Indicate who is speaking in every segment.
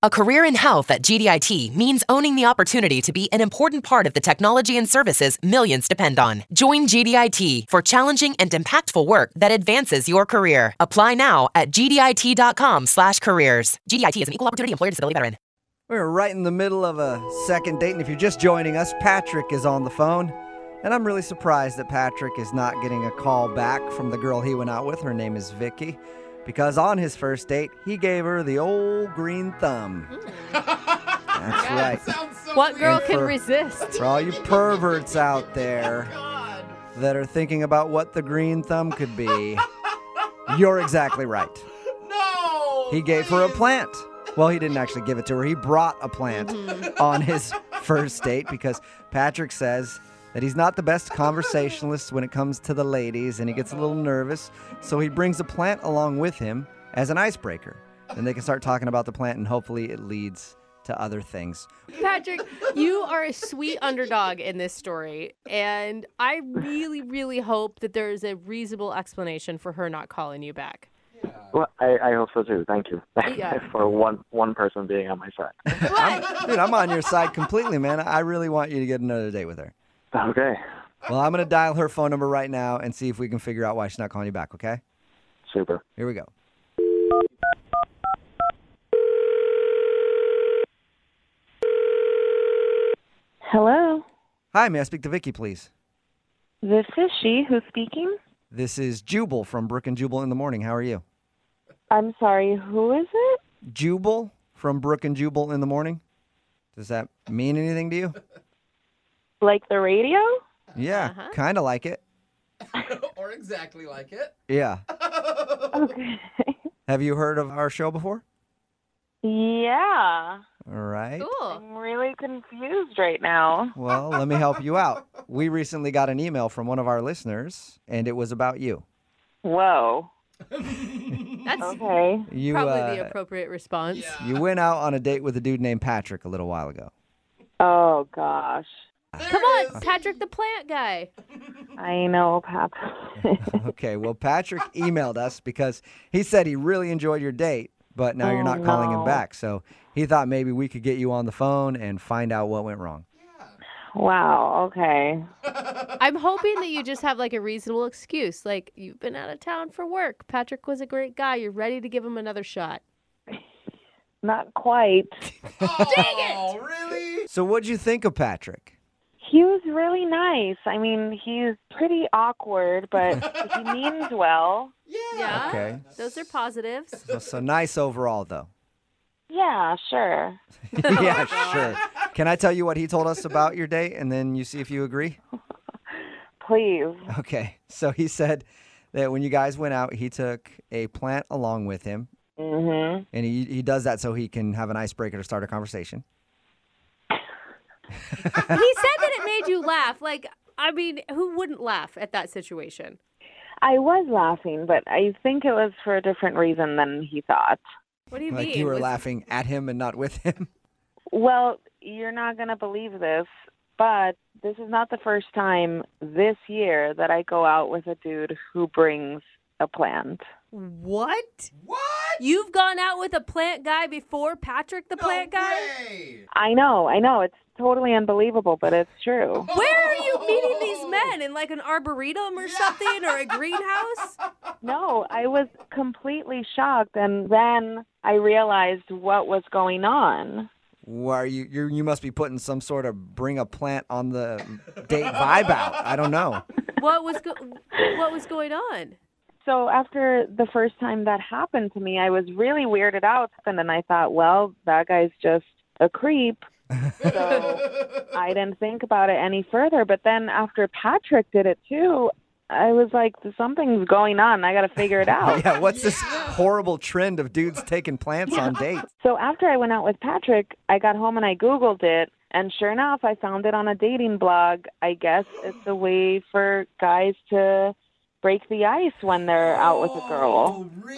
Speaker 1: A career in health at GDIT means owning the opportunity to be an important part of the technology and services millions depend on. Join GDIT for challenging and impactful work that advances your career. Apply now at gdit.com/careers. GDIT is an equal opportunity employer disability veteran.
Speaker 2: We're right in the middle of a second date, and if you're just joining us, Patrick is on the phone. And I'm really surprised that Patrick is not getting a call back from the girl he went out with. Her name is Vicky. Because on his first date, he gave her the old green thumb.
Speaker 3: Hmm.
Speaker 2: That's right.
Speaker 3: What girl
Speaker 2: And
Speaker 3: can
Speaker 2: for-
Speaker 3: resist?
Speaker 2: For all you perverts out there that are thinking about what the green thumb could be, you're exactly right.
Speaker 4: No!
Speaker 2: He gave her a plant. Well, he didn't actually give it to her. He brought a plant on his first date because Patrick says that he's not the best conversationalist when it comes to the ladies and he gets a little nervous. So he brings a plant along with him as an icebreaker. Then they can start talking about the plant and hopefully it leads to other things.
Speaker 3: Patrick, you are a sweet underdog in this story. And I really, really hope that there is a reasonable explanation for her not calling you back.
Speaker 5: Well, I, I hope so too. Thank you
Speaker 3: Yeah.
Speaker 5: for one one person being on my side.
Speaker 2: Dude, I'm on your side completely, man. I really want you to get another date with her.
Speaker 5: Okay,
Speaker 2: Well, I'm going to dial her phone number right now and see if we can figure out why she's not calling you back, okay?
Speaker 5: super.
Speaker 2: Here we go.
Speaker 6: Hello,
Speaker 2: Hi, may I speak to Vicky, please?
Speaker 6: this is she who's speaking.
Speaker 2: This is Jubal from Brook and Jubal in the Morning. How are you?
Speaker 6: I'm sorry, who is it?
Speaker 2: Jubal from Brook and Jubal in the Morning? Does that mean anything to you?
Speaker 6: Like the radio?
Speaker 2: Yeah,
Speaker 3: Uh-huh.
Speaker 2: kind of like it.
Speaker 4: or exactly like it.
Speaker 2: Yeah.
Speaker 6: Okay.
Speaker 2: Have you heard of our show before?
Speaker 6: yeah,
Speaker 2: All right.
Speaker 3: Cool.
Speaker 6: I'm really confused right now.
Speaker 2: Well, let me help you out. We recently got an email from one of our listeners, and it was about you.
Speaker 6: Whoa.
Speaker 3: That's
Speaker 6: Okay.
Speaker 2: You
Speaker 3: probably
Speaker 2: uh,
Speaker 3: the appropriate response.
Speaker 4: Yeah.
Speaker 2: you went out on a date with a dude named Patrick a little while ago.
Speaker 6: Oh gosh,
Speaker 3: Come on, Patrick the plant guy.
Speaker 6: I know, Pap.
Speaker 2: Okay, well, Patrick emailed us because he said he really enjoyed your date, but now you're not calling him
Speaker 6: no.
Speaker 2: back. So he thought maybe we could get you on the phone and find out what went wrong.
Speaker 6: wow. Okay.
Speaker 3: I'm hoping that you just have like a reasonable excuse. Like, you've been out of town for work. Patrick was a great guy. You're ready to give him another shot.
Speaker 6: Not quite.
Speaker 4: Oh, really?
Speaker 2: So, what'd you think of Patrick?
Speaker 6: He was really nice. I mean, he's pretty awkward, but he means well.
Speaker 3: Yeah.
Speaker 2: Okay.
Speaker 3: Those are positives.
Speaker 2: So, so nice overall, though.
Speaker 6: Yeah, sure.
Speaker 2: yeah, sure. Can I tell you what he told us about your date and then you see if you agree?
Speaker 6: Please.
Speaker 2: Okay. So, he said that when you guys went out, he took a plant along with him.
Speaker 6: Mhm.
Speaker 2: And he, he does that so he can have an icebreaker to start a conversation.
Speaker 3: he said that it made you laugh. Like, I mean, who wouldn't laugh at that situation?
Speaker 6: I was laughing, but I think it was for a different reason than he thought.
Speaker 3: What do you
Speaker 2: Like
Speaker 3: mean?
Speaker 2: you were
Speaker 3: Was-
Speaker 2: laughing at him and not with him.
Speaker 6: Well, you're not going to believe this, but this is not the first time this year that I go out with a dude who brings a plant.
Speaker 3: What?
Speaker 4: What?
Speaker 3: You've gone out with a plant guy before Patrick the plant guy?
Speaker 4: Hey.
Speaker 6: I know, I know, it's totally unbelievable, but it's true.
Speaker 3: Where are you meeting these men? In like an arboretum or something or a greenhouse?
Speaker 6: No, I was completely shocked, and then I realized what was going on.
Speaker 2: Why are you, you you must be putting some sort of bring a plant on the date vibe out. I don't know.
Speaker 3: What was go- what was going on?
Speaker 6: So after the first time that happened to me, I was really weirded out, and then I thought, well, that guy's just a creep. So I didn't think about it any further. But then after Patrick did it too, I was like, something's going on. I got to figure it out.
Speaker 2: Yeah, what's this horrible trend of dudes taking plants on dates?
Speaker 6: So after I went out with Patrick, I got home and I Googled it. And sure enough, I found it on a dating blog. I guess it's a way for guys to break the ice when they're out with a girl.
Speaker 4: Oh, really?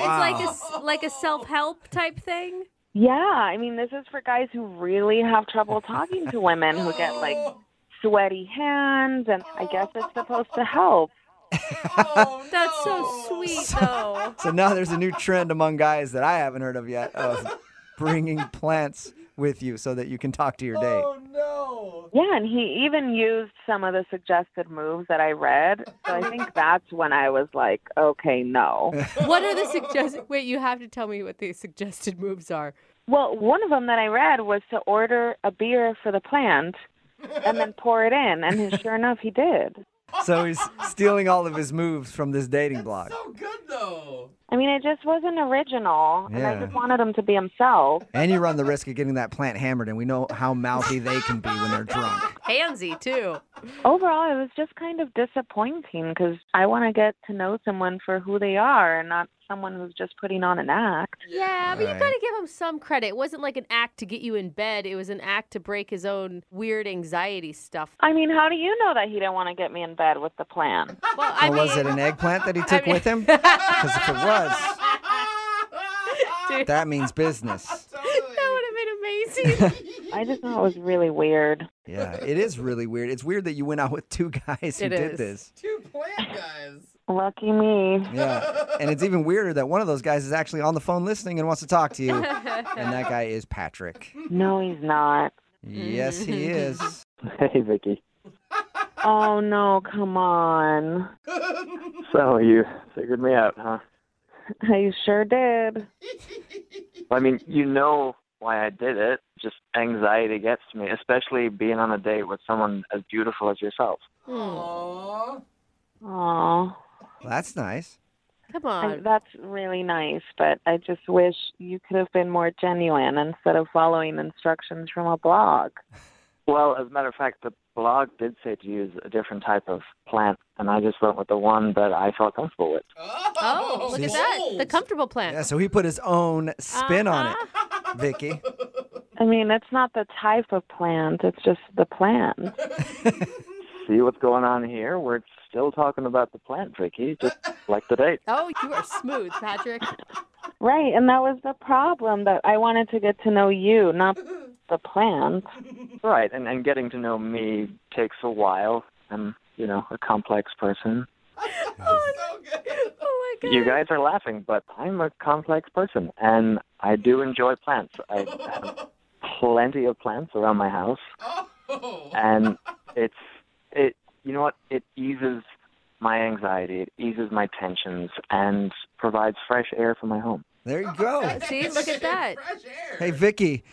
Speaker 3: It's like a s- like a self help type thing.
Speaker 6: Yeah, I mean, this is for guys who really have trouble talking to women who get like sweaty hands, and I guess it's supposed to help.
Speaker 3: Oh,
Speaker 4: Oh,
Speaker 3: That's so sweet though.
Speaker 2: So now there's a new trend among guys that I haven't heard of yet of bringing plants with you so that you can talk to your date.
Speaker 4: Oh no.
Speaker 6: Yeah, and he even used some of the suggested moves that I read. So I think that's when I was like, okay, no.
Speaker 3: What are the suggested? Wait, you have to tell me what the suggested moves are.
Speaker 6: Well, one of them that I read was to order a beer for the plant and then pour it in. And sure enough, he did.
Speaker 2: So he's stealing all of his moves from this dating blog.
Speaker 4: So good though.
Speaker 6: I mean, it just wasn't original. And I
Speaker 2: Yeah.
Speaker 6: just wanted him to be himself.
Speaker 2: And you run the risk of getting that plant hammered, and we know how mouthy they can be when they're drunk.
Speaker 3: Handsy too.
Speaker 6: Overall, it was just kind of disappointing because I want to get to know someone for who they are and not someone who's just putting on an act.
Speaker 3: Yeah, but you
Speaker 2: Right.
Speaker 3: gotta give him some credit. It wasn't like an act to get you in bed. It was an act to break his own weird anxiety stuff.
Speaker 6: I mean, how do you know that he didn't want to get me in bed with the plan?
Speaker 3: Well, I
Speaker 2: Or was
Speaker 3: mean,
Speaker 2: it an eggplant that he took
Speaker 3: mean-
Speaker 2: with him? Because if it was,
Speaker 3: Dude,
Speaker 2: that means business.
Speaker 4: totally.
Speaker 3: that would have been amazing.
Speaker 6: I just thought it was really weird.
Speaker 2: Yeah, it is really weird. It's weird that you went out with two guys who
Speaker 3: It
Speaker 2: did
Speaker 3: is.
Speaker 2: this.
Speaker 4: Two plant guys.
Speaker 6: Lucky me.
Speaker 2: Yeah. And it's even weirder that one of those guys is actually on the phone listening and wants to talk to you. And that guy is Patrick.
Speaker 6: No, he's not.
Speaker 2: Yes, he
Speaker 3: Mm-hmm.
Speaker 2: is.
Speaker 5: Hey, Vicky.
Speaker 6: Oh no, come on.
Speaker 5: So you figured me out, huh?
Speaker 6: You sure did.
Speaker 5: I mean, you know why I did it. Just anxiety gets to me, especially being on a date with someone as beautiful as yourself.
Speaker 4: Aww.
Speaker 6: Oh,
Speaker 2: Well, that's nice.
Speaker 3: Come on.
Speaker 6: that's really nice, but I just wish you could have been more genuine instead of following instructions from a blog.
Speaker 5: Well, as a matter of fact, the blog did say to use a different type of plant, and I just went with the one that I felt comfortable with.
Speaker 3: Oh, look at that. The comfortable plant.
Speaker 2: Yeah, so he put his own spin on
Speaker 3: Uh-huh.
Speaker 2: it, Vicky.
Speaker 6: I mean, it's not the type of plant; it's just the plant.
Speaker 5: See what's going on here? We're still talking about the plant, Vicky, just like the date.
Speaker 3: Oh, you are smooth, Patrick.
Speaker 6: Right, and that was the problem that I wanted to get to know you, not the plant.
Speaker 5: Right, and, and getting to know me takes a while. I'm, you know, a complex person.
Speaker 4: So good.
Speaker 3: Oh my god.
Speaker 5: You guys are laughing, but I'm a complex person, and I do enjoy plants. I have plenty of plants around my house,
Speaker 4: Oh.
Speaker 5: and it's it. You know what? It eases my anxiety. It eases my tensions, and provides fresh air for my home.
Speaker 2: There you go.
Speaker 3: See, look at that.
Speaker 4: Fresh air.
Speaker 2: Hey, Vicky,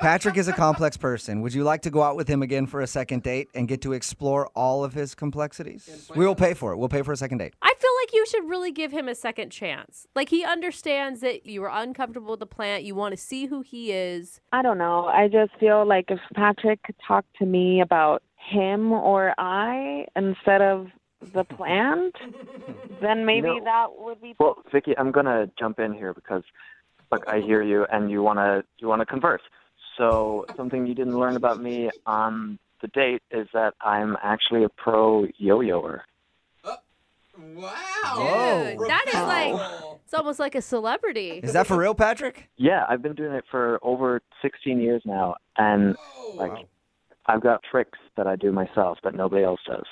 Speaker 2: Patrick is a complex person. Would you like to go out with him again for a second date and get to explore all of his complexities? We will pay for it. We'll pay for a second date.
Speaker 3: I feel like you should really give him a second chance. Like he understands that you were uncomfortable with the plant. You want to see who he is.
Speaker 6: I don't know. I just feel like if Patrick could talk to me about him or I instead of the plant, then maybe
Speaker 5: No.
Speaker 6: that would be.
Speaker 5: Well, Vicky, I'm gonna jump in here because, look, I hear you, and you wanna you wanna converse. So something you didn't learn about me on the date is that I'm actually a pro yo-yoer.
Speaker 4: Wow.
Speaker 2: Whoa.
Speaker 3: Dude, that is like-
Speaker 4: Remarkable.
Speaker 3: It's almost like a celebrity.
Speaker 2: Is that for real, Patrick?
Speaker 5: Yeah, I've been doing it for over 16 years now, and like, I've got tricks that I do myself that nobody else does.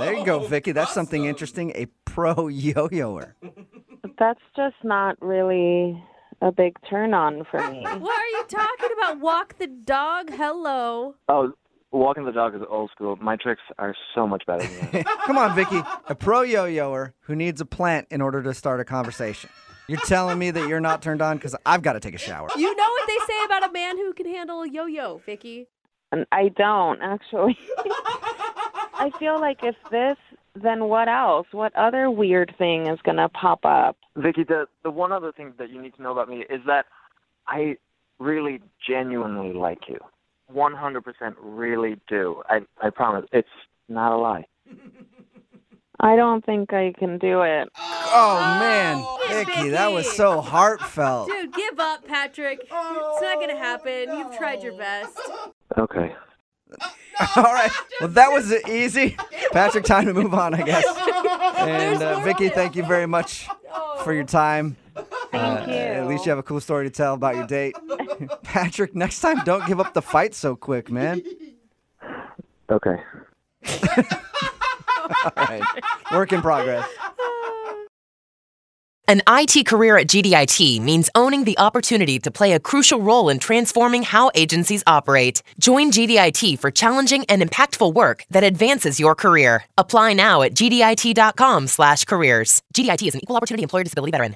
Speaker 2: There you go, Vicky. That's something
Speaker 4: Awesome.
Speaker 2: interesting. A pro yo-yoer.
Speaker 6: That's just not really a big turn on for me.
Speaker 3: What are you talking about? Walk the dog. Hello.
Speaker 5: Oh, walking the dog is old school. My tricks are so much better than that.
Speaker 2: Come on, Vicky. A pro yo-yoer who needs a plant in order to start a conversation. You're telling me that you're not turned on because I've got to take a shower.
Speaker 3: You know what they say about a man who can handle a yo-yo, Vicky.
Speaker 6: And I don't actually. I feel like if this, then what else? What other weird thing is going to pop up?
Speaker 5: Vicky, the the one other thing that you need to know about me is that I really genuinely like you. 100% really do. I I promise. It's not a lie.
Speaker 6: I don't think I can do it.
Speaker 2: Oh, man. Vicky, that was
Speaker 3: Vicky.
Speaker 2: so heartfelt.
Speaker 3: Dude, give up, Patrick. it's not gonna happen. You've tried your best.
Speaker 5: Okay.
Speaker 2: All right. Well, that was easy. Patrick, time to move on, I guess. And uh, Vicky, thank you very much for your time. Uh,
Speaker 6: Thank you.
Speaker 2: At least you have a cool story to tell about your date. Patrick, next time, don't give up the fight so quick, man.
Speaker 5: Okay.
Speaker 2: All right. Work in progress.
Speaker 1: An IT career at GDIT means owning the opportunity to play a crucial role in transforming how agencies operate. Join GDIT for challenging and impactful work that advances your career. Apply now at gdit.com/careers. GDIT is an equal opportunity employer disability veteran.